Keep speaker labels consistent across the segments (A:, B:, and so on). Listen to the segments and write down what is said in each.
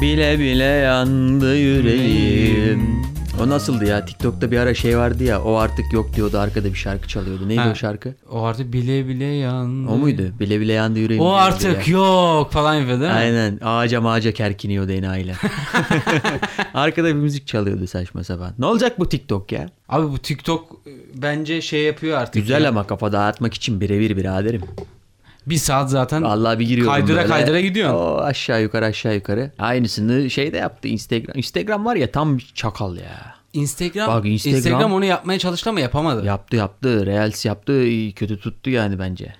A: Bile bile yandı yüreğim.
B: Hmm.
A: O nasıldı ya? TikTok'ta bir ara şey vardı ya. O artık yok diyordu. Arkada bir şarkı çalıyordu. Neydi
B: Ha.
A: o şarkı?
B: O artık bile bile yandı.
A: O muydu? Bile bile yandı yüreğim.
B: O
A: diyordu
B: artık
A: ya.
B: yok falan yapıyor değil mi?
A: Aynen. Ağaca mağaca kerkiniyordu enayiler. Arkada bir müzik çalıyordu saçma sapan. Ne olacak bu TikTok ya?
B: Abi bu TikTok e, bence şey yapıyor artık.
A: Güzel
B: ya.
A: ama kafa dağıtmak için birebir biraderim.
B: Bir saat zaten
A: Allah bir giriyorum
B: Kaydıra
A: böyle.
B: kaydıra gidiyorsun.
A: O aşağı yukarı aşağı yukarı. Aynısını şey de yaptı Instagram. Instagram var ya tam bir çakal ya.
B: Instagram,
A: Bak Instagram-
B: Instagram onu yapmaya çalıştı ama yapamadı.
A: Yaptı yaptı. Reels yaptı. Kötü tuttu yani bence.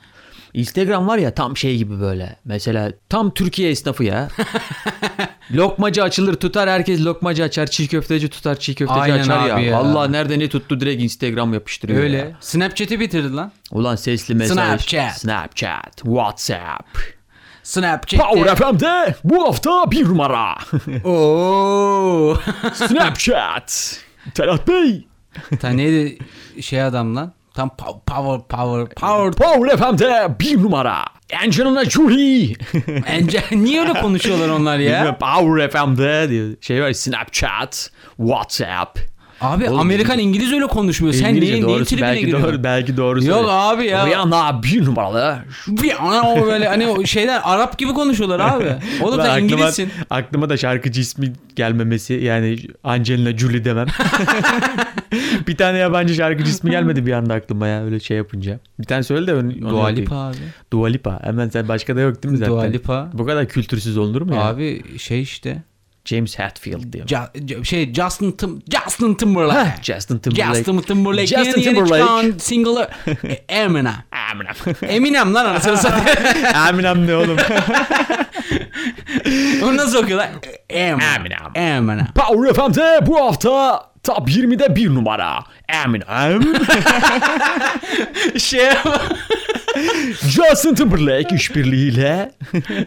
A: Instagram var ya tam şey gibi böyle. Mesela tam Türkiye esnafı ya. lokmacı açılır tutar herkes lokmacı açar. Çiğ köfteci tutar çiğ köfteci
B: Aynen
A: açar ya.
B: abi ya.
A: Allah nerede ne tuttu direkt Instagram yapıştırıyor.
B: Öyle.
A: ya.
B: Snapchat'i bitirdi lan.
A: Ulan sesli mesaj.
B: Snapchat.
A: Snapchat. Whatsapp. Power
B: Snapchat.
A: FM'de bu hafta bir numara.
B: Oo.
A: Snapchat. Telat Bey.
B: Ta neydi şey adam lan? Tam pow- power power power.
A: Power FM'de bir numara. Angelina Jolie.
B: Bence niye öyle konuşuyorlar onlar ya?
A: Bilmem, Power FM'de diyor. Şey var Snapchat. Whatsapp.
B: Abi
A: Oğlum,
B: Amerikan İngiliz öyle konuşmuyor. Sen
A: İngilizce
B: neyin neyin
A: doğrusu,
B: tribine
A: belki
B: giriyorsun?
A: doğru, belki doğrusu.
B: Yok abi ya.
A: Rihanna bir numaralı.
B: Bir ana o böyle hani o şeyler Arap gibi konuşuyorlar abi. Oğlum
A: Ulan
B: sen
A: aklıma-
B: İngilizsin.
A: Aklıma da şarkıcı ismi gelmemesi yani Angelina Jolie demem. bir tane yabancı şarkıcı ismi gelmedi bir anda aklıma ya öyle şey yapınca. Bir tane söyle de onu, onu
B: Dua
A: yapayım.
B: Lipa abi.
A: Dua Lipa. Hemen sen başka da yok değil mi zaten?
B: Dua Lipa.
A: Bu kadar kültürsüz olur mu ya?
B: Abi şey işte.
A: James Hetfield diyor.
B: Ja- ja- şey Justin Tim Justin Timberlake.
A: Heh, Justin Timberlake.
B: Justin Timberlake.
A: Justin
B: yeni yeni
A: Timberlake.
B: çıkan single'ı E- Eminem.
A: Eminem.
B: Eminem lan anasını satayım.
A: Eminem ne oğlum?
B: Onu nasıl okuyorlar? E- Eminem.
A: Eminem.
B: Eminem.
A: Power FM'de bu hafta Top 20'de bir numara. Eminem.
B: Şey
A: Justin Timberlake işbirliğiyle.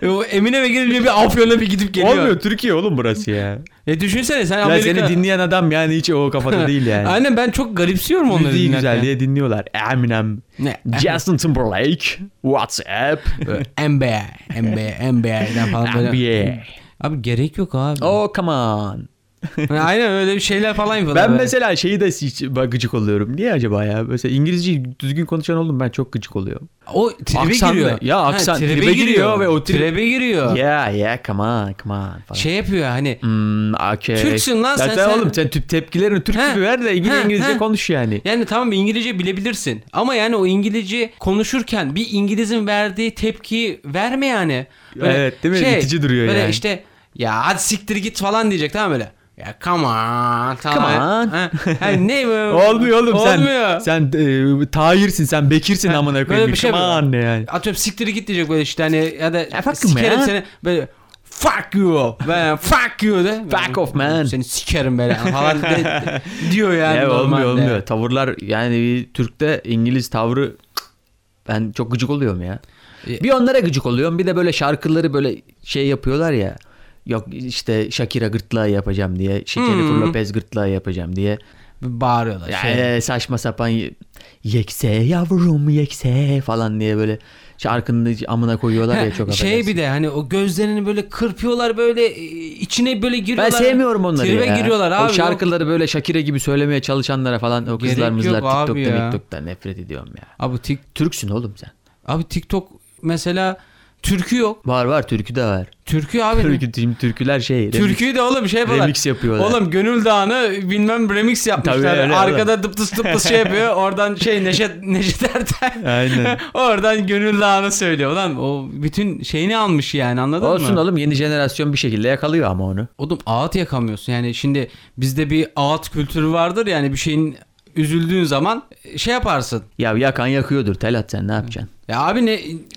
B: E, o Eminem'e girince bir afyonla bir gidip geliyor.
A: Olmuyor Türkiye oğlum burası ya.
B: E düşünsene sen
A: Ya
B: Amerika.
A: seni dinleyen adam yani hiç o kafada değil yani.
B: Aynen ben çok garipsiyorum onları
A: Müziği güzel
B: dinlerken.
A: diye dinliyorlar. Eminem,
B: Ne?
A: Justin Timberlake, WhatsApp,
B: NBA, NBA, NBA'den falan böyle.
A: NBA.
B: Abi gerek yok abi.
A: Oh come on.
B: Yani Aynen öyle bir şeyler falan yapıyorlar.
A: Ben
B: böyle.
A: mesela şeyi de hiç gıcık oluyorum. Niye acaba ya? Mesela İngilizceyi düzgün konuşan oldum ben çok gıcık oluyorum.
B: o tribe
A: Aksanlı.
B: giriyor.
A: Ya
B: Ha,
A: aksan tribe giriyor ve o tri-
B: tribe giriyor.
A: Yeah yeah come on come on falan.
B: Şey yapıyor hani
A: Hmm, okay.
B: Türksün lan
A: Ya
B: sen- sen-
A: oğlum sen tüp tepkilerini Türk
B: He,
A: gibi ver de İngiliz,
B: he,
A: İngilizce
B: he.
A: konuş yani.
B: yani tamam İngilizce bilebilirsin ama yani o İngilizce konuşurken bir İngiliz'in verdiği tepkiyi verme yani. şey,
A: Evet, değil mi? İtici duruyor
B: böyle
A: yani.
B: işte ya hadi siktir git falan diyecek tamam böyle. Ya come on. Tamam.
A: Come on.
B: Ha, hani ne bu?
A: Olmuyor oğlum sen.
B: Olmuyor.
A: Sen e, Tahir'sin sen Bekir'sin amına koyayım.
B: bir şey
A: Come
B: mi?
A: on ne yani.
B: Atıyorum siktir git diyecek böyle işte hani ya da
A: fuck you
B: sikerim
A: man.
B: seni böyle fuck you ben fuck you de
A: Fuck off man.
B: seni sikerim böyle falan de- diyor yani
A: Evet, olmuyor
B: normalde.
A: olmuyor. Tavırlar yani bir Türk'te İngiliz tavrı ben çok gıcık oluyorum ya.
B: E-
A: Bir onlara gıcık oluyorum bir de böyle şarkıları böyle şey yapıyorlar ya. Yok işte Shakira gırtlağı yapacağım diye. Şey, Jennifer
B: Hmm.
A: Lopez gırtlağı yapacağım diye.
B: bağırıyorlar
A: Yani
B: şey.
A: e, saçma sapan ye- yekse yavrum yekse falan diye böyle şarkının amına koyuyorlar ya çok
B: şey
A: affedersin.
B: bir de hani o gözlerini böyle kırpıyorlar böyle e, içine böyle
A: Ben
B: giriyorlar.
A: sevmiyorum onları
B: Tribe
A: ya.
B: giriyorlar abi.
A: O şarkıları böyle Shakira gibi söylemeye çalışanlara falan o kızlar
B: Gerek
A: mızlar
B: yok abi
A: TikTok'ta
B: ya.
A: TikTok'ta nefret ediyorum ya.
B: Abi tik
A: Türksün oğlum sen.
B: abi TikTok mesela türkü yok.
A: Var var türkü de var.
B: Türkü abi.
A: Türkü, tüm türküler şey. remix.
B: Türküyü de oğlum şey yapıyorlar.
A: Remix yapıyorlar.
B: Oğlum Gönül Dağı'nı bilmem remix yapmışlar.
A: Tabii öyle
B: Arkada dıptıs dıptıs şey yapıyor. Oradan şey Neşet, Neşet Ertaş.
A: Aynen.
B: Oradan Gönül Dağı'nı söylüyor. Ulan o bütün şeyini almış yani anladın
A: Olsun
B: mı?
A: oğlum yeni jenerasyon bir şekilde yakalıyor ama onu.
B: Oğlum ağıt yakamıyorsun. Yani şimdi bizde bir ağıt kültürü vardır yani bir şeyin üzüldüğün zaman şey yaparsın.
A: Ya yakan yakıyordur Telat sen ne yapacaksın?
B: Ya abi ne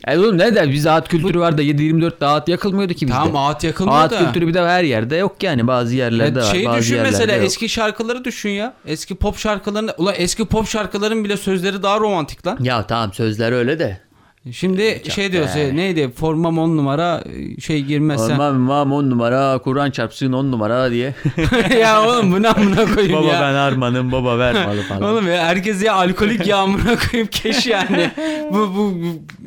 A: E oğlum ne der biz ağıt kültürü var da 7-24 dağıt yakılmıyordu ki bizde.
B: tamam ağıt yakılmıyor
A: Ağıt
B: da.
A: kültürü bir de her yerde yok yani bazı yerlerde
B: Ya
A: var.
B: şeyi
A: bazı
B: düşün
A: yerlerde
B: mesela
A: yok.
B: eski şarkıları düşün ya. Eski pop şarkılarını ulan eski pop şarkıların bile sözleri daha romantik lan.
A: Ya tamam sözler öyle de. Ee,
B: Şimdi şey diyoruz e, neydi formam on numara e, şey girmezsen.
A: Olmam mam on numara Kur'an çarpsın on numara diye.
B: ya oğlum bu ne amına koyayım
A: baba
B: ya.
A: ben Arman'ım baba ver malı falan.
B: Oğlum ya herkes ya alkolik ya amına koyayım keş yani. bu, bu, bu-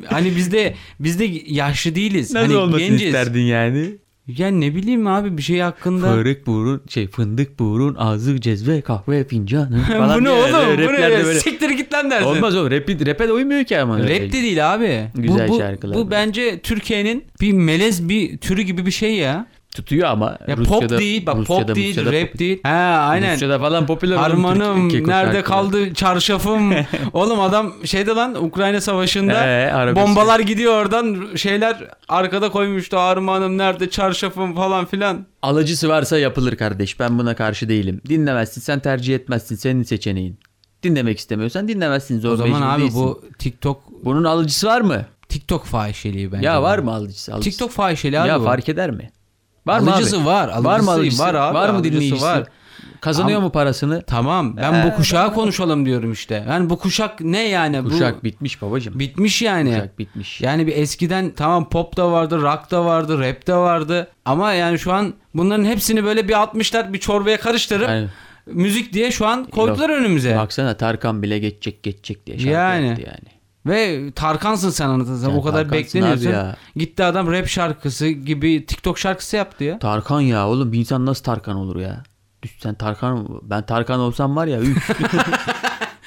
B: hani bizde bizde yaşlı değiliz.
A: Nasıl
B: hani
A: olmasını
B: genciz.
A: isterdin yani?
B: Yani ne bileyim abi bir şey hakkında.
A: Fırık burun şey fındık burun ağzı cezve kahve fincanı falan
B: bu ne
A: diye
B: oğlum?
A: böyle
B: Bu ne?
A: raplerde böyle-
B: Siktir git lan dersin.
A: Olmaz oğlum rapi, rap'e de uymuyor ki ama. Şey,
B: Rap de değil abi. Bu-
A: Güzel
B: bu,
A: şarkılar
B: Bu
A: var.
B: bence Türkiye'nin bir melez bir türü gibi bir şey ya.
A: Tutuyor ama.
B: Ya
A: Rusya'da-
B: pop değil, bak
A: Rusya'da,
B: pop değil,
A: Rusya'da-
B: rap değil. Ha aynen.
A: Rusya'da falan popüler. oğlum
B: Harmanım
A: Türkiye- Keko
B: nerede
A: şarkıları.
B: kaldı çarşafım. Oğlum adam şeyde lan Ukrayna savaşında
A: Ee, arabesk.
B: bombalar gidiyor oradan şeyler arkada koymuştu harmanım nerede çarşafım falan filan.
A: Alıcısı varsa yapılır kardeş. Ben buna karşı değilim. Dinlemezsin sen tercih etmezsin. Senin seçeneğin. Dinlemek istemiyorsan dinlemezsin. Zor
B: O zaman
A: mecbur
B: abi
A: değilsin.
B: bu TikTok
A: Bunun alıcısı var mı?
B: TikTok fahişeliği bence.
A: ya
B: bu.
A: var mı alıcısı? alıcısı?
B: Tiktok fahişeliği abi.
A: Ya
B: bu.
A: fark eder mi? Var mı
B: Alıcısı
A: abi?
B: var,
A: Var mı
B: alıcısı
A: alıcısı?
B: var abi,
A: Var mı
B: alıcısı
A: dinleyicisi?
B: var.
A: Kazanıyor
B: Ama-
A: mu parasını?
B: Tamam. Ben bu kuşağı konuşalım diyorum işte. Yani bu kuşak ne yani?
A: Kuşak
B: bu...
A: bitmiş babacım.
B: bitmiş yani.
A: Kuşak bitmiş.
B: Yani bir eskiden tamam pop da vardı, rock da vardı, rap de vardı. Ama yani şu an bunların hepsini böyle bir 60'lar bir çorbaya karıştırıp
A: Aynen.
B: müzik diye şu an koydular önümüze.
A: Baksana Tarkan bile geçecek geçecek diye şarkı
B: Yani.
A: yaptı yani.
B: Ve Tarkansın sen anlatırsan
A: Ya
B: o kadar
A: Tarkansın
B: bekleniyorsun.
A: abi ya.
B: Gitti adam rap şarkısı gibi TikTok şarkısı yaptı ya.
A: Tarkan ya oğlum bir insan nasıl Tarkan olur ya? Düş sen Tarkan ben Tarkan olsam var ya üf.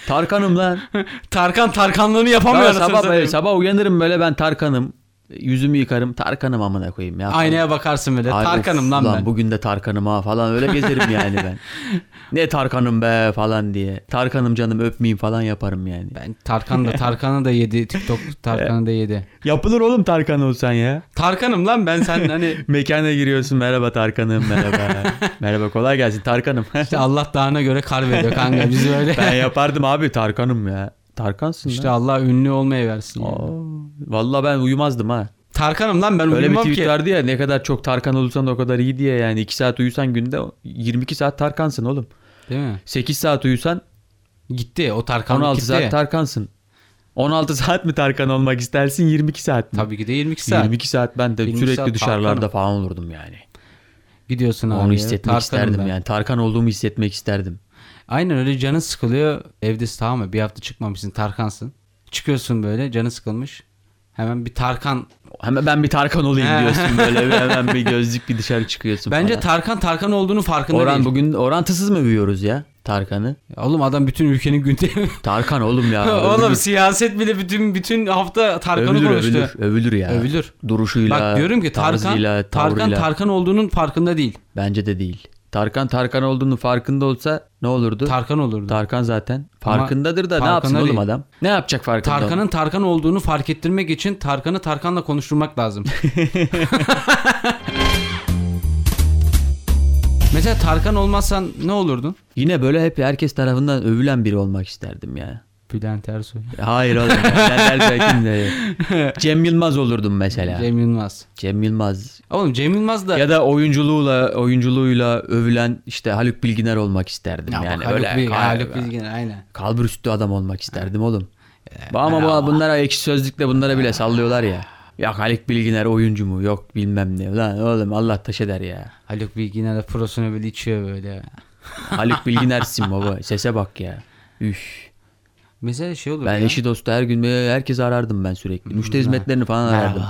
A: Tarkanım lan.
B: Tarkan Tarkanlığını yapamıyor.
A: Sabah,
B: anasını
A: sabah,
B: satayım.
A: böyle, şey- sabah uyanırım böyle ben Tarkan'ım. Yüzümü yıkarım Tarkan'ım amına koyayım ya.
B: Aynaya bakarsın böyle.
A: Ay,
B: Tarkan'ım
A: of
B: lan ben.
A: Bugün de Tarkan'ım ha falan öyle gezerim yani ben. Ne Tarkan'ım be falan diye. Tarkan'ım canım öpmeyeyim falan yaparım yani.
B: Ben Tarkan da Tarkan'ı da yedi. TikTok Tarkan'ı da yedi.
A: Yapılır oğlum Tarkan olsan ya.
B: Tarkan'ım lan ben sen hani
A: Mekana giriyorsun merhaba Tarkan'ım merhaba. merhaba kolay gelsin Tarkan'ım.
B: işte Allah dağına göre kar veriyor kanka biz
A: ben
B: öyle.
A: yapardım abi Tarkan'ım ya. Tarkansın
B: işte
A: lan.
B: Allah ünlü olmaya versin. yani.
A: Aa, Vallahi ben uyumazdım ha.
B: Tarkan'ım lan ben
A: Öyle bir
B: uyumam
A: tweet
B: ki.
A: vardı ya ne kadar çok Tarkan olursan o kadar iyi diye yani 2 saat uyusan günde 22 saat Tarkansın oğlum.
B: Değil mi?
A: 8 saat uyusan
B: Gitti o Tarkan
A: 16
B: gitti.
A: saat Tarkansın. 16 saat mi Tarkan olmak istersin 22 saat mi?
B: Tabii ki de 22 saat.
A: 22 saat ben de
B: 22
A: sürekli
B: saat
A: dışarılarda
B: Tarkan'ım.
A: falan olurdum yani.
B: Gidiyorsun abi.
A: Onu
B: ya,
A: hissetmek
B: Tarkan'ım
A: isterdim
B: ben.
A: yani. Tarkan olduğumu hissetmek isterdim.
B: Aynen öyle canın sıkılıyor. Evdesin tamam mı? Bir hafta çıkmamışsın Tarkan'sın. Çıkıyorsun böyle canı sıkılmış. Hemen bir Tarkan.
A: Hemen ben bir Tarkan olayım
B: He.
A: diyorsun böyle bir hemen bir gözlük bir dışarı çıkıyorsun
B: Bence
A: falan.
B: Tarkan Tarkan olduğunu farkında
A: Orhan
B: değil.
A: bugün orantısız mı büyüyoruz ya Tarkan'ı?
B: Oğlum adam bütün ülkenin gündemi.
A: Tarkan oğlum ya.
B: Oğlum
A: övülür.
B: siyaset bile bütün bütün hafta Tarkan'ı
A: övülür,
B: konuştu.
A: övülür, övülür ya.
B: Övülür.
A: Duruşuyla,
B: Bak diyorum ki Tarkan
A: tarzıyla,
B: Tarkan
A: tavrıyla.
B: Tarkan olduğunun farkında değil.
A: Bence de değil. Tarkan Tarkan olduğunu farkında olsa ne olurdu?
B: Tarkan olurdu.
A: Tarkan zaten farkındadır da ne
B: farkında
A: yapsın oğlum
B: değil.
A: adam? Ne yapacak farkında?
B: Tarkan'ın Tarkan olduğunu fark ettirmek için Tarkan'ı Tarkan'la konuşturmak lazım. Mesela Tarkan olmazsan ne olurdun?
A: Yine böyle hep herkes tarafından övülen biri olmak isterdim ya.
B: Bülent Ersoy.
A: Hayır oğlum. Neler Ertekin de. Cem Yılmaz olurdum mesela. Cem,
B: Cem Yılmaz.
A: Yılmaz.
B: Oğlum Cem Yılmaz da
A: Ya da oyunculuğuyla oyunculuğuyla övülen işte Haluk Bilginer olmak isterdim
B: Ya bak
A: yani.
B: Haluk,
A: böyle
B: Bil-
A: Ay-
B: Haluk Bilginer aynen.
A: kalbur üstü adam olmak isterdim oğlum.
B: Ee,
A: Ama bu bunlara ekşi sözlükle bunlara bile sallıyorlar ya. Yok Haluk Bilginer oyuncu mu? Yok bilmem ne. Lan oğlum Allah taş eder ya.
B: Haluk Bilginer de prosunu böyle içiyor böyle.
A: Haluk Bilginer'sin baba. Sese bak ya. Üf.
B: Mesela şey olur
A: Ben
B: ya.
A: eşi dostu her gün böyle herkesi arardım ben sürekli. Müşteri hizmetlerini falan
B: Merhaba.
A: arardım.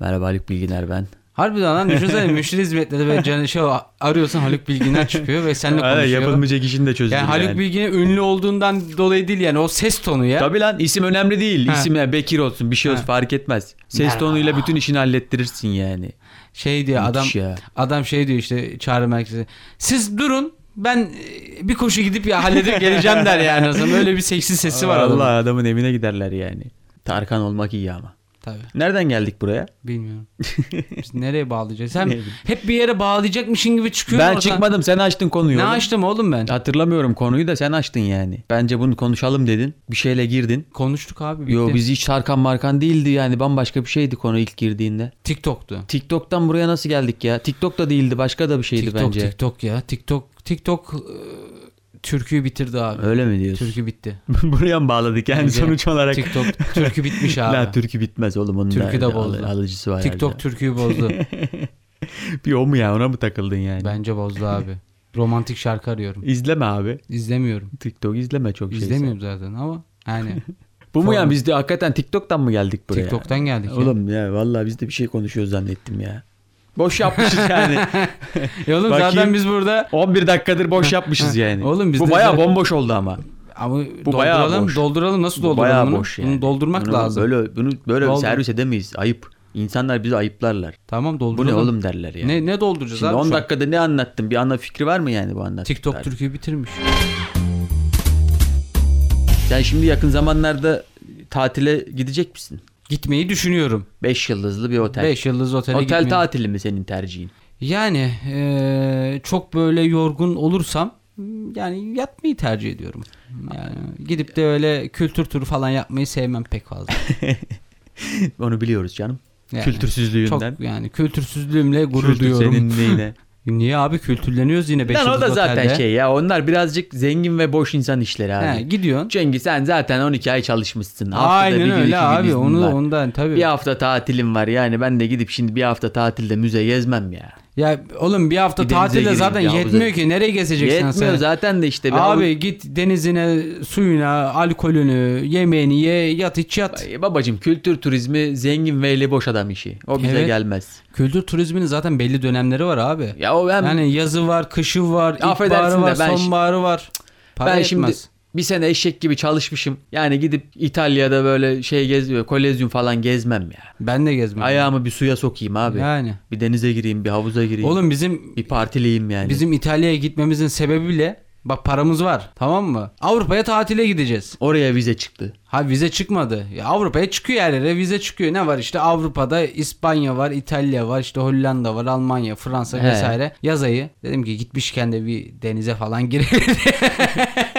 A: Merhaba Haluk Bilginer ben.
B: Harbiden lan düşünsene müşteri hizmetleri böyle can, şey, arıyorsun Haluk Bilginer çıkıyor ve seninle konuşuyor.
A: işin de çözülür
B: Yani Haluk Bilginer ünlü olduğundan dolayı değil yani o ses tonu ya.
A: Tabii lan isim önemli değil.
B: Ha.
A: İsim yani Bekir olsun bir şey olsun fark etmez. Ses
B: Merhaba.
A: tonuyla bütün işini hallettirirsin yani.
B: Şey diyor adam
A: Müthiş ya.
B: adam şey diyor işte çağrı merkezi. Siz durun ben e, bir koşu gidip ya halledip geleceğim der yani. Aslında öyle bir seksi sesi var adamın.
A: Allah adamın evine giderler yani. Tarkan olmak iyi ama.
B: Tabii.
A: Nereden geldik buraya?
B: Bilmiyorum. Biz nereye bağlayacağız? Sen
A: bileyim.
B: hep bir yere bağlayacakmışın gibi çıkıyorsun
A: ben
B: oradan.
A: çıkmadım sen açtın konuyu.
B: Ne
A: oğlum.
B: açtım oğlum ben?
A: Hatırlamıyorum konuyu da sen açtın yani. Bence bunu konuşalım dedin. Bir şeyle girdin.
B: Konuştuk abi. Bitti.
A: Yo biz hiç Tarkan Markan değildi yani bambaşka bir şeydi konu ilk girdiğinde.
B: TikTok'tu.
A: TikTok'tan buraya nasıl geldik ya? TikTok da değildi başka da bir şeydi
B: TikTok
A: bence.
B: TikTok ya. TikTok TikTok e, türküyü bitirdi abi.
A: Öyle mi diyorsun?
B: Türkü bitti.
A: buraya mı bağladık yani
B: Bence
A: sonuç olarak?
B: TikTok türkü bitmiş abi.
A: La türkü bitmez oğlum onun
B: Türkü
A: da
B: de bozdu.
A: al- alıcısı var.
B: TikTok türküyü bozdu.
A: herhalde. Bir o mu ya ona mı takıldın yani?
B: Bence bozdu abi. Romantik şarkı arıyorum.
A: İzleme abi.
B: İzlemiyorum.
A: TikTok izleme çok şey.
B: İzlemiyorum zaten ama yani
A: Bu mu
B: Falan.
A: ya biz de hakikaten TikTok'tan mı geldik buraya?
B: TikTok'tan geldik. ya.
A: Oğlum ya vallahi biz de bir şey konuşuyoruz zannettim ya. Boş yapmışız yani.
B: E oğlum
A: Bakayım.
B: zaten biz burada
A: 11 dakikadır boş yapmışız yani.
B: Oğlum biz
A: Bu
B: de
A: bayağı
B: zaten-
A: bomboş oldu ama.
B: ama
A: bayağı
B: dolduralım,
A: boş.
B: dolduralım nasıl
A: Bu
B: dolduralım
A: bayağı
B: bunu?
A: boş
B: Bunu
A: yani.
B: doldurmak
A: Bunu
B: lazım.
A: Böyle bunu böyle
B: Doldur.
A: servis edemeyiz. Ayıp. İnsanlar bizi ayıplarlar.
B: Tamam
A: Bu ne
B: dolduralım.
A: oğlum derler yani.
B: Ne ne dolduracağız
A: Şimdi
B: abi?
A: 10
B: şu an?
A: dakikada ne anlattın? Bir ana fikri var mı yani bu anlattığın?
B: TikTok Türkiye'yi bitirmiş.
A: Sen şimdi yakın zamanlarda tatile gidecek misin?
B: Gitmeyi düşünüyorum.
A: 5 yıldızlı bir otel.
B: 5 yıldız otele
A: otel
B: gitmeyi.
A: tatili mi senin tercihin?
B: Yani eee, çok böyle yorgun olursam yani yatmayı tercih ediyorum. Yani gidip de öyle kültür turu falan yapmayı sevmem pek fazla.
A: Onu biliyoruz canım.
B: Yani Çok
A: Kültürsüzlüğünden.
B: yani kültürsüzlüğümle gurur
A: Kültür
B: duyuyorum.
A: senin neyine?
B: Niye abi kültürleniyoruz yine 5
A: Lan
B: yıldız
A: o da zaten
B: otelde.
A: şey ya. Onlar birazcık zengin ve boş insan işleri abi.
B: He, gidiyorsun.
A: Çünkü sen zaten 12 ay çalışmışsın. Haftada bir
B: Aynen
A: gün, iki
B: öyle
A: gün
B: abi.
A: iznin
B: Onu
A: var.
B: ondan tabii.
A: Bir hafta tatilim var yani ben de gidip şimdi bir hafta tatilde müze gezmem ya.
B: Ya oğlum bir hafta
A: Bir denize
B: tatilde
A: gireyim
B: zaten
A: ya, bu
B: yetmiyor
A: zaten-
B: ki. Nereye gezeceksin sen?
A: Yetmiyor zaten de işte. bir
B: Abi git denizine, suyuna, alkolünü, yemeğini ye, yat iç yat.
A: Ay, Babacım kültür turizmi zengin ve eli boş adam işi. O bize
B: Evet.
A: gelmez.
B: Kültür turizminin zaten belli dönemleri var abi.
A: Ya o ben,
B: Yani yazı var, kışı var,
A: Affedersin
B: ilkbaharı
A: de
B: var,
A: ben şi-
B: sonbaharı var. Para
A: ben şimdi
B: etmez.
A: bir sene eşek gibi çalışmışım. Yani gidip İtalya'da böyle şey geziyor. Kolezyum falan gezmem ya.
B: Ben de gezmem.
A: Ayağımı bir suya sokayım abi.
B: Yani.
A: Bir denize gireyim, bir havuza gireyim.
B: Oğlum bizim
A: bir partileyim yani.
B: bizim İtalya'ya gitmemizin sebebi bile bak paramız var. Tamam mı? Avrupa'ya tatile gideceğiz.
A: Oraya vize çıktı.
B: Ha vize çıkmadı. Ya Avrupa'ya çıkıyor yerlere vize çıkıyor. Ne var işte Avrupa'da İspanya var, İtalya var, işte Hollanda var, Almanya, Fransa
A: He.
B: vesaire. Yaz ayı. Dedim ki gitmişken de bir denize falan girelim.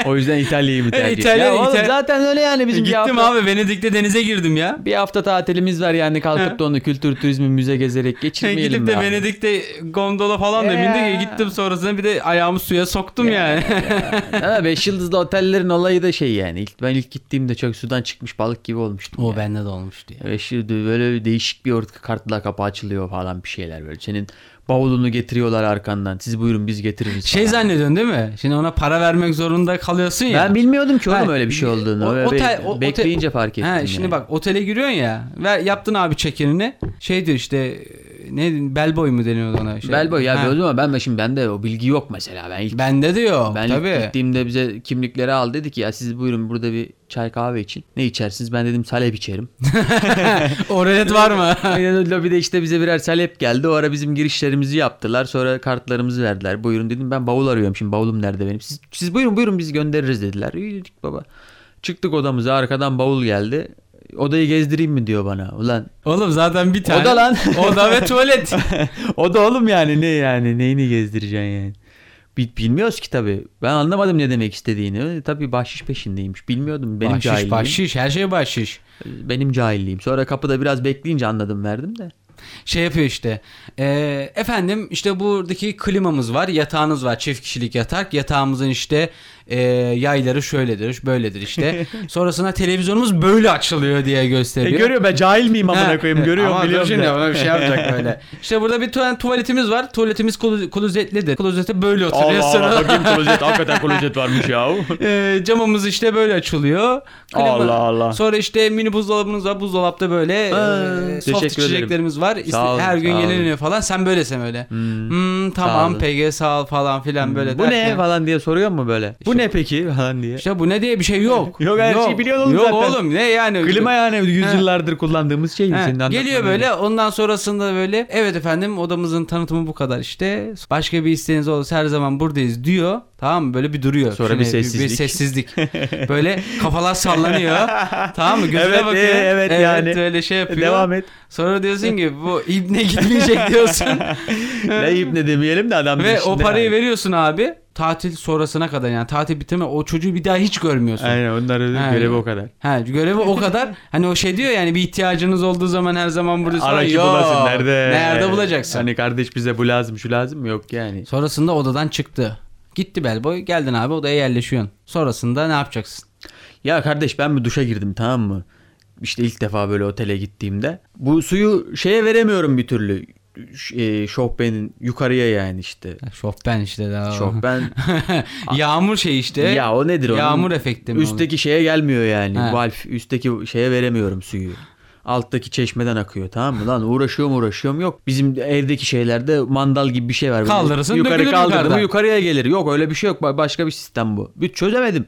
A: O yüzden İtalya'yı mı tercih
B: İtalya-
A: Ya oğlum
B: İtalya-
A: zaten öyle yani bizim bir
B: Gittim
A: hafta-
B: abi Venedik'te denize girdim ya.
A: Bir hafta tatilimiz var yani kalkıp da onu kültür turizmi müze gezerek geçirmeyelim
B: Gidip de
A: ya.
B: Venedik'te gondola falan da
A: Ya.
B: bindik. Gittim sonrasında bir de ayağımı suya soktum yani.
A: Ama beş yıldızlı otellerin olayı da şey yani. İlk, ben ilk gittiğimde çok sudan çıkmış balık gibi olmuştum.
B: o
A: yani.
B: bende de olmuştu ya.
A: Beş yıldız böyle bir değişik bir ortak kartla kapı açılıyor falan bir şeyler böyle. Senin bavulunu getiriyorlar arkandan. Siz buyurun biz getiririz
B: Şey
A: falan.
B: zannediyorsun değil mi? Şimdi ona para vermek zorunda kalıyorsun ya.
A: Ben bilmiyordum ki oğlum
B: Ha, e,
A: öyle bir şey olduğunu.
B: o-
A: Böyle
B: otel-
A: be-
B: o- otel-
A: bekleyince fark ettim.
B: He, şimdi
A: yani.
B: bak otele giriyorsun ya. Ver, yaptın abi çekinini. Şey diyor işte ne bellboy mu deniyordu ona şey.
A: Belbo ya
B: He.
A: gördün ama ben şimdi bende o bilgi yok mesela. Ben ilk
B: Bende de yok
A: Ben ilk
B: tabii.
A: gittiğimde bize kimlikleri al dedi ki ya siz buyurun burada bir çay kahve için. Ne içersiniz? Ben dedim salep içerim.
B: Oralet var mı?
A: Aynen, Lobide işte bize birer salep geldi. O ara bizim girişlerimizi yaptılar. Sonra kartlarımızı verdiler. Buyurun dedim ben bavul arıyorum şimdi bavulum nerede benim. Siz, siz buyurun buyurun biz göndeririz dediler. İyi dedik baba. Çıktık odamıza arkadan bavul geldi. Odayı gezdireyim mi diyor bana. Ulan
B: Oğlum zaten bir tane.
A: Oda lan.
B: Oda ve tuvalet.
A: o da oğlum yani ne yani neyini gezdireceksin yani. Bi- Bilmiyoruz ki tabii. Ben anlamadım ne demek istediğini. E, Tabii bahşiş peşindeymiş. Bilmiyordum. Benim
B: bahşiş
A: cahilliğim.
B: bahşiş her şey bahşiş.
A: Benim cahilliğim. Sonra kapıda biraz bekleyince anladım verdim de.
B: şey yapıyor işte. Ee, efendim işte buradaki klimamız var, yatağınız var, çift kişilik yatak. Yatağımızın işte e, yayları şöyledir, böyledir işte. Sonrasında televizyonumuz böyle açılıyor diye gösteriyor.
A: E, ben cahil miyim
B: Ha, ama dur şimdi ona bir şey yapacak böyle. işte burada bir tuvalet, tuvaletimiz var. Tuvaletimiz klo- klozetlidir. Klozete böyle oturuyorsunuz.
A: bakayım klozet. Hakikaten klozet varmış ya.
B: Ee, camımız işte böyle açılıyor.
A: Allah Allah.
B: Sonra işte mini buzdolabımız var. Buzdolapta böyle
A: Aa,
B: e, soft
A: teşekkür ederim.
B: içeceklerimiz var. İşte
A: olun,
B: her gün
A: sağ olun.
B: yenileniyor falan. Sen böylesin böyle. Hmm,
A: sağ
B: tamam
A: olun. Hmm.
B: PG sağ ol falan filan böyle.
A: Bu ne
B: derken-
A: falan diye soruyor mu böyle? Bu ne peki falan diye.
B: İşte bu ne diye bir şey yok.
A: Yok, her şeyi biliyorsun oğlum
B: Yok
A: zaten.
B: oğlum ne yani.
A: Klima yani yüzyıllardır kullandığımız şey.
B: He,
A: Senin
B: geliyor
A: anlatman
B: böyle ondan sonrasında böyle evet efendim odamızın tanıtımı bu kadar işte başka bir isteğiniz olursa her zaman buradayız diyor tamam mı böyle bir duruyor.
A: Sonra bir sessizlik.
B: sessizlik. böyle kafalar sallanıyor tamam mı gözüne
A: Evet,
B: bakıyor.
A: e, evet yani.
B: Böyle şey yapıyor.
A: Devam et.
B: Sonra diyorsun ki bu ibne gitmeyecek diyorsun
A: ne yiyip ne demeyelim de adam
B: ve o
A: düşündü
B: parayı
A: yani.
B: veriyorsun abi tatil sonrasına kadar yani tatil bitirme o çocuğu bir daha hiç görmüyorsun.
A: Aynen onların
B: Aynen.
A: görevi o kadar.
B: Ha görevi o kadar hani o şey diyor yani bir ihtiyacınız olduğu zaman her zaman buradasın.
A: Ara ki
B: Yok,
A: bulasın nerede?
B: Nerede bulacaksın?
A: Hani kardeş bize bu lazım şu lazım mı? Yok yani.
B: Sonrasında odadan çıktı. Gitti Bellboy geldin abi odaya yerleşiyorsun. Sonrasında ne yapacaksın?
A: Ya kardeş ben bir duşa girdim tamam mı? İşte ilk defa böyle otele gittiğimde. Bu suyu şeye veremiyorum bir türlü. Ş- e, Şofbenin yukarıya yani işte.
B: Şofben işte daha.
A: Şofben
B: Yağmur şey işte.
A: ya o nedir onun?
B: Yağmur efekti mi?
A: Üstteki şeye gelmiyor yani.
B: He.
A: Valf üstteki şeye veremiyorum suyu. Alttaki çeşmeden akıyor tamam mı? Lan uğraşıyorum uğraşıyorum yok. Bizim evdeki şeylerde mandal gibi bir şey var.
B: Kaldırırsın,
A: yukarı
B: dökülür
A: kaldırdı mı
B: yukarıdan.
A: yukarıya gelir. Yok öyle bir şey yok Ba- başka bir sistem bu. Bir çözemedim.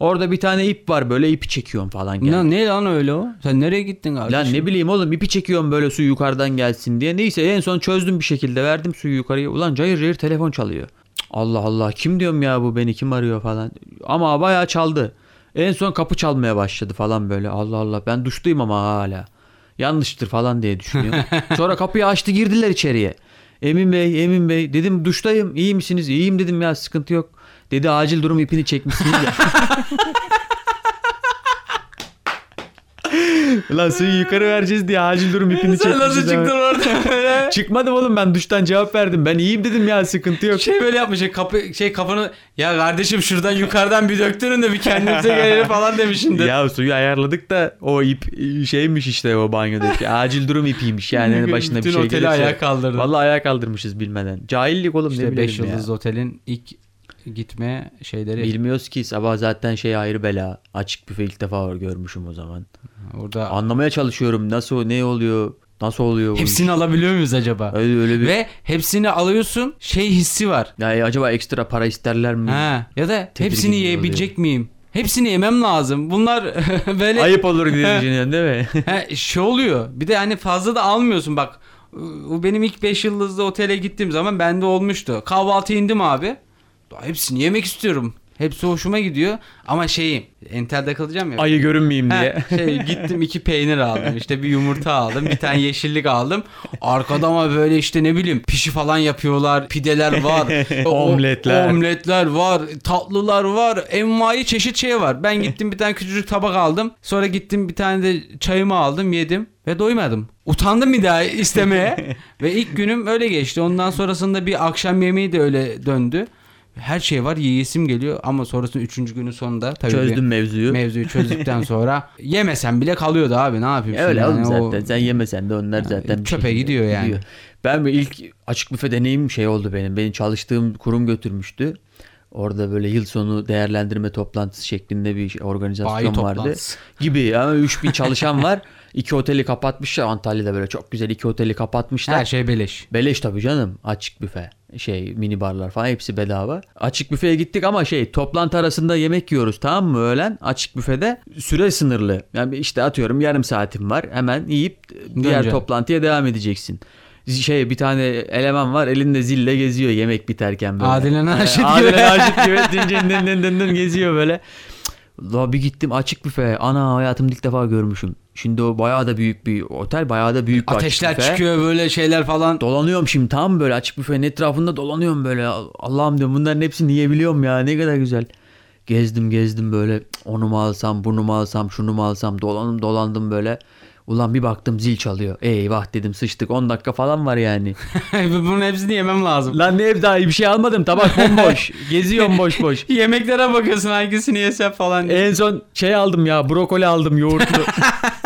A: Orada bir tane ip var böyle ipi çekiyorum falan. gel.
B: Lan ne lan öyle o? Sen nereye gittin kardeşim?
A: Lan ne bileyim oğlum ipi çekiyorum böyle su yukarıdan gelsin diye. Neyse en son çözdüm bir şekilde verdim suyu yukarıya. Ulan cayır cayır telefon çalıyor. Cık, Allah Allah kim diyorum ya bu beni kim arıyor falan. Ama bayağı çaldı. En son kapı çalmaya başladı falan böyle. Allah Allah ben duştayım ama hala. Yanlıştır falan diye düşünüyorum. Sonra kapıyı açtı girdiler içeriye. Emin Bey, Emin Bey dedim duştayım iyi misiniz? İyiyim dedim ya sıkıntı yok. Dedi acil durum ipini çekmişsiniz ya. Lan suyu yukarı vereceğiz diye acil durum ipini
B: Sen
A: çekmişiz.
B: nasıl
A: abi.
B: çıktın orada böyle?
A: Çıkmadım oğlum ben duştan cevap verdim. Ben iyiyim dedim ya sıkıntı yok.
B: Şey böyle yapmış şey kapı şey kafanı ya kardeşim şuradan yukarıdan bir döktürün de bir kendimize gelelim falan demişindir.
A: ya suyu ayarladık da o ip şeymiş işte o banyodaki. Acil durum ipiymiş yani hani başına bir
B: Bütün
A: şey
B: oteli
A: gelirse.
B: ayağa kaldırdı.
A: Vallahi ayağa kaldırmışız bilmeden. Cahillik oğlum ne
B: işte
A: bileyim
B: 5
A: ya.
B: yıldız otelin ilk gitme şeyleri
A: Bilmiyoruz ki sabah zaten şey ayrı bela. Açık büfe ilk defa görmüşüm o zaman.
B: orada
A: Anlamaya çalışıyorum nasıl ne oluyor nasıl oluyor. bu
B: hepsini alabiliyor muyuz acaba?
A: iş? Öyle, öyle bir...
B: Ve hepsini alıyorsun şey hissi var.
A: Ya acaba ekstra para isterler mi?
B: Ha ya da
A: Tedirgin
B: hepsini
A: oluyor.
B: yiyebilecek miyim? Hepsini yemem lazım. Bunlar böyle
A: Ayıp olur diye düşünüyorsun değil mi?
B: He, şey oluyor. Bir de hani fazla da almıyorsun bak. Bu benim ilk 5 yıldızlı otele gittiğim zaman bende olmuştu. Kahvaltı indim abi. Daha hepsini yemek istiyorum. Hepsi hoşuma gidiyor ama şeyim entelde kalacağım ya.
A: Ayı görünmeyeyim diye.
B: He, şey gittim iki peynir aldım işte bir yumurta aldım bir tane yeşillik aldım arkada ama böyle işte ne bileyim pişi falan yapıyorlar pideler var
A: Omletler.
B: omletler var tatlılar var envai çeşit şey var ben gittim bir tane küçücük tabak aldım sonra gittim bir tane de çayımı aldım yedim ve doymadım utandım bir daha istemeye ve ilk günüm öyle geçti ondan sonrasında bir akşam yemeği de öyle döndü her şey var yiyesim geliyor ama sonrasında üçüncü günün sonunda tabii bir-
A: Çözdüm mevzuyu.
B: mevzuyu çözdükten sonra yemesen bile kalıyordu abi ne yapayım
A: Ya öyle
B: şimdi?
A: oğlum
B: Yani o- e,
A: zaten. Sen yemesen de onlar zaten. bir
B: çöpe gidiyor yani.
A: Ben bir ilk açık büfe deneyim şey oldu benim. Beni çalıştığım kurum götürmüştü. Orada böyle yıl sonu değerlendirme toplantısı şeklinde bir şey- organizasyon
B: Bayi
A: vardı.
B: toplantısı.
A: Gibi ama 3000 çalışan var. İki oteli kapatmışlar Antalya'da böyle çok güzel iki oteli kapatmışlar.
B: her şey beleş.
A: Beleş tabii canım. Açık büfe. Şey mini barlar falan hepsi bedava. Açık büfeye gittik ama şey toplantı arasında yemek yiyoruz tamam mı öğlen? Açık büfede süre sınırlı. Yani işte atıyorum yarım saatim var. Hemen yiyip diğer
B: Döneceğim.
A: toplantıya devam edeceksin. Şey bir tane eleman var elinde zille geziyor yemek biterken böyle.
B: Adile Naşit
A: Ee,
B: gibi.
A: Adile Naşit gibi dın dın dın dın dın dın geziyor böyle. La bir gittim açık büfe. Ana hayatımda ilk defa görmüşüm. Şimdi o bayağı da büyük bir otel, bayağı da büyük bir açık
B: Ateşler
A: büfe.
B: çıkıyor böyle şeyler falan.
A: Dolanıyorum şimdi tam böyle açık büfenin etrafında dolanıyorum böyle. Allah'ım diyorum bunların hepsini yiyebiliyorum ya ne kadar güzel. Gezdim gezdim böyle onu mu alsam bunu mu alsam şunu mu alsam dolandım dolandım böyle. Ulan bir baktım zil çalıyor. Eyvah dedim sıçtık 10 dakika falan var yani.
B: Bunun hepsini yemem lazım.
A: Lan ne ev daha iyi bir şey almadım tabak bomboş. Geziyorum boş boş.
B: Yemeklere bakıyorsun hangisini yesem falan. diye.
A: En son şey aldım ya brokoli aldım yoğurtlu.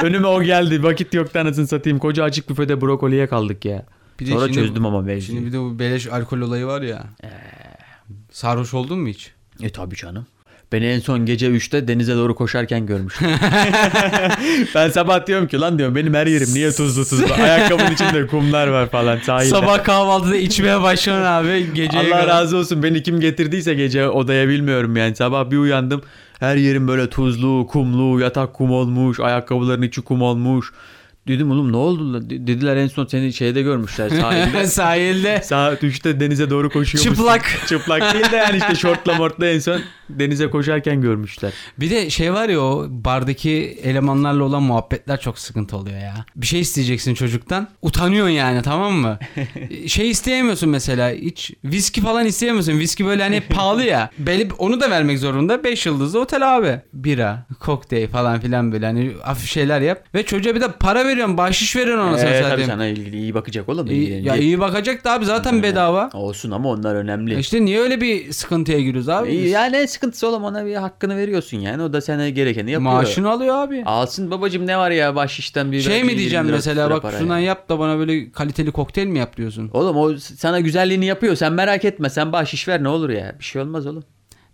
A: Önüme o geldi vakit yok da anasını satayım. Koca açık büfede brokoliye kaldık ya.
B: Bir de
A: Sonra
B: şimdi-
A: çözdüm Ee. ama mevzuyu.
B: Şimdi bir de bu beleş alkol olayı var ya. Sarhoş oldun mu hiç?
A: E tabii canım. Beni en son gece 3'te denize doğru koşarken görmüştüm. ben sabah diyorum ki lan diyorum benim her yerim niye tuzlu tuzlu. Ayakkabının içinde kumlar var falan sahilde.
B: Sabah kahvaltıda içmeye başlıyorsun abi geceye
A: Allah
B: kadar.
A: razı olsun beni kim getirdiyse gece odaya bilmiyorum yani. Sabah bir uyandım her yerim böyle tuzlu, kumlu, yatak kum olmuş, ayakkabıların içi kum olmuş. Dedim oğlum ne oldu? lan?" De- Dediler en son seni şeyde görmüşler sahilde.
B: Sahilde.
A: Saat 3'te denize doğru koşuyormuşsun.
B: Çıplak.
A: Çıplak değil de yani işte şortla mortla en son denize koşarken görmüşler.
B: Bir de şey var ya o bardaki elemanlarla olan muhabbetler çok sıkıntı oluyor ya. Bir şey isteyeceksin çocuktan. Utanıyorsun yani tamam mı? şey isteyemiyorsun mesela hiç. Viski falan isteyemiyorsun. Viski böyle hani pahalı ya. Belli, onu da vermek zorunda. 5 yıldızlı otel abi. Bira, kokteyl falan filan böyle hani hafif şeyler yap. Ve çocuğa bir de para veriyorsun. Bahşiş veriyorsun
A: Ee,
B: ona sen
A: tabii
B: zaten.
A: sana ilgili iyi bakacak oğlum.
B: İyi- Ya
A: ilgilenecek.
B: iyi bakacak da abi zaten bedava.
A: Olsun ama onlar önemli.
B: İşte niye öyle bir sıkıntıya giriyoruz abi?
A: İyi, yani ne sıkıntısı oğlum ona bir hakkını veriyorsun yani. O da sana gerekeni yapıyor.
B: Maaşını alıyor abi.
A: Alsın babacım ne var ya bahşişten bir
B: Şey
A: belki
B: mi
A: 20
B: diyeceğim
A: lira
B: mesela
A: ekstra
B: bak
A: para
B: şundan
A: yani.
B: yap da bana böyle kaliteli kokteyl mi yap diyorsun.
A: Oğlum o sana güzelliğini yapıyor. Sen merak etme. Sen bahşiş ver ne olur ya. Bir şey olmaz oğlum.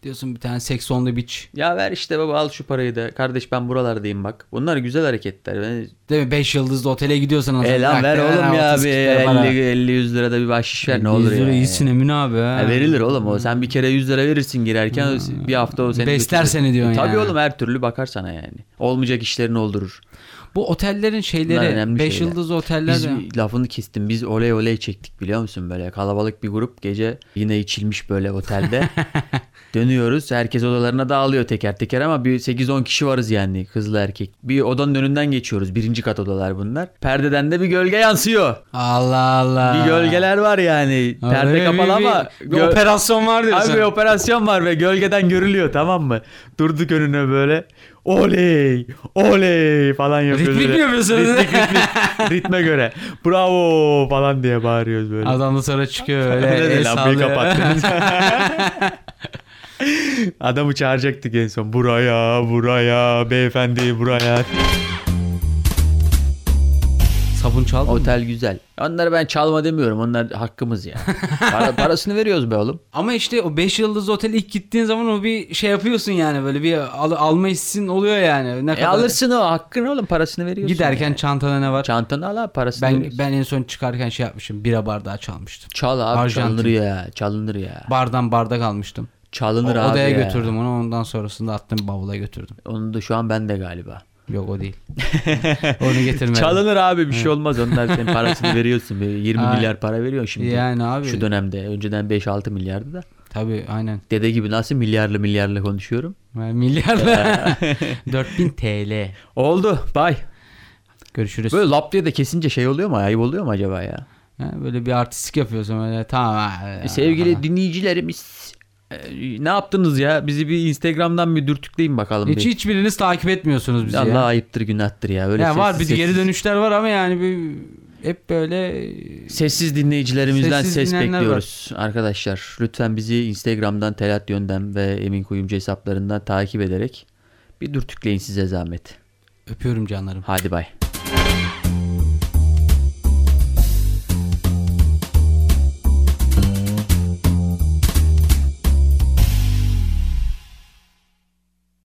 B: Diyorsun bir tane Sex on the Beach.
A: Ya ver işte baba al şu parayı da. Kardeş ben buralardayım bak. Bunlar güzel hareketler. Ben...
B: Değil mi? 5 yıldızlı otele gidiyorsanız.
A: E lan ver oğlum ya bir 50 100 lira da bir bahşiş ver ne olur ya.
B: ya. iyisin Emin abi.
A: Ha, verilir oğlum o. Sen bir kere 100 lira verirsin girerken o- bir hafta o seni
B: Besler
A: götürür.
B: seni diyorsun
A: E, Tabii
B: yani.
A: oğlum her türlü bakar sana yani. Olmayacak işlerini oldurur.
B: Bu otellerin
A: Bunlar
B: şeyleri
A: önemli
B: 5
A: şeyler.
B: yıldızlı oteller
A: Biz
B: de-
A: lafını kestim. Biz oley oley çektik biliyor musun böyle kalabalık bir grup gece yine içilmiş böyle otelde. Dönüyoruz. Herkes odalarına dağılıyor teker teker ama bir 8-10 kişi varız yani kızla erkek. Bir odanın önünden geçiyoruz. Birinci kat odalar bunlar. Perdeden de bir gölge yansıyor.
B: Allah Allah.
A: Bir gölgeler var yani.
B: Abi,
A: Perde
B: bir- bir-
A: kapalı ama
B: bir
A: gö-
B: operasyon var diyorsun.
A: Abi bir operasyon var ve gölgeden görülüyor tamam mı? Durduk önüne böyle oley oley falan yapıyoruz.
B: Ritmik
A: böyle.
B: mi yapıyorsunuz?
A: Ritmik, ritmik. Ritme göre. Bravo falan diye bağırıyoruz böyle.
B: Adam da sonra çıkıyor öyle
A: Öyle
B: el
A: de lambayı
B: sallıyor.
A: kapattınız. Adamı çağıracaktık en son. Buraya, buraya, beyefendi buraya.
B: Sabun çaldın mı?
A: Otel güzel. Onları ben çalma demiyorum. Onlar hakkımız ya. Para- parasını veriyoruz be oğlum.
B: Ama işte o 5 yıldızlı otel ilk gittiğin zaman o bir şey yapıyorsun yani böyle bir al- alma hissin oluyor yani. Ne
A: E alırsın o hakkını oğlum. Parasını veriyorsun.
B: Giderken
A: yani.
B: çantana ne var?
A: Çantanı al abi, parasını
B: ben
A: veriyorsun.
B: ben en son çıkarken şey yapmışım. Bira bardağı çalmıştım.
A: Çal abi
B: Arjantin.
A: çalınır ya. Çalınır ya.
B: Bardan bardak almıştım. O,
A: Çalınır abi
B: odaya
A: ya.
B: götürdüm onu. Ondan sonrasında attım bavula götürdüm.
A: Onu da şu an ben de galiba.
B: Yok o değil. onu getirmedim.
A: Çalınır abi bir şey olmaz. Onlar senin parasını veriyorsun. Bir 20
B: Aynen.
A: milyar para veriyorsun şimdi.
B: Yani abi.
A: Şu dönemde. Önceden 5-6 milyardı da.
B: Tabii aynen.
A: Dede gibi nasıl milyarlı milyarlı konuşuyorum.
B: Yani Milyarlar. 4000 TL.
A: Oldu. Bay.
B: Görüşürüz.
A: Böyle lap diye de kesince şey oluyor mu? Ayıp oluyor mu acaba ya?
B: Ha, böyle bir artistik yapıyorsun öyle tamam. ha,
A: E, Sevgili
B: ha.
A: dinleyicilerimiz e, ne yaptınız ya? Bizi bir Instagram'dan bir dürtükleyin bakalım.
B: hiç
A: bir.
B: hiçbiriniz takip etmiyorsunuz bizi.
A: Allah
B: ya.
A: ayıptır günahtır ya. Öyle
B: Ya var bir
A: sessiz
B: geri
A: sessiz.
B: dönüşler var ama yani bir hep böyle
A: Sessiz dinleyicilerimizden
B: Sessiz
A: ses
B: dinleyenler
A: bekliyoruz arkadaşlar. Lütfen bizi Instagram'dan Telat Yöndem ve Emin Kuyumcu hesaplarından takip ederek bir dürtükleyin size zahmet.
B: öpüyorum canlarım.
A: Hadi bay.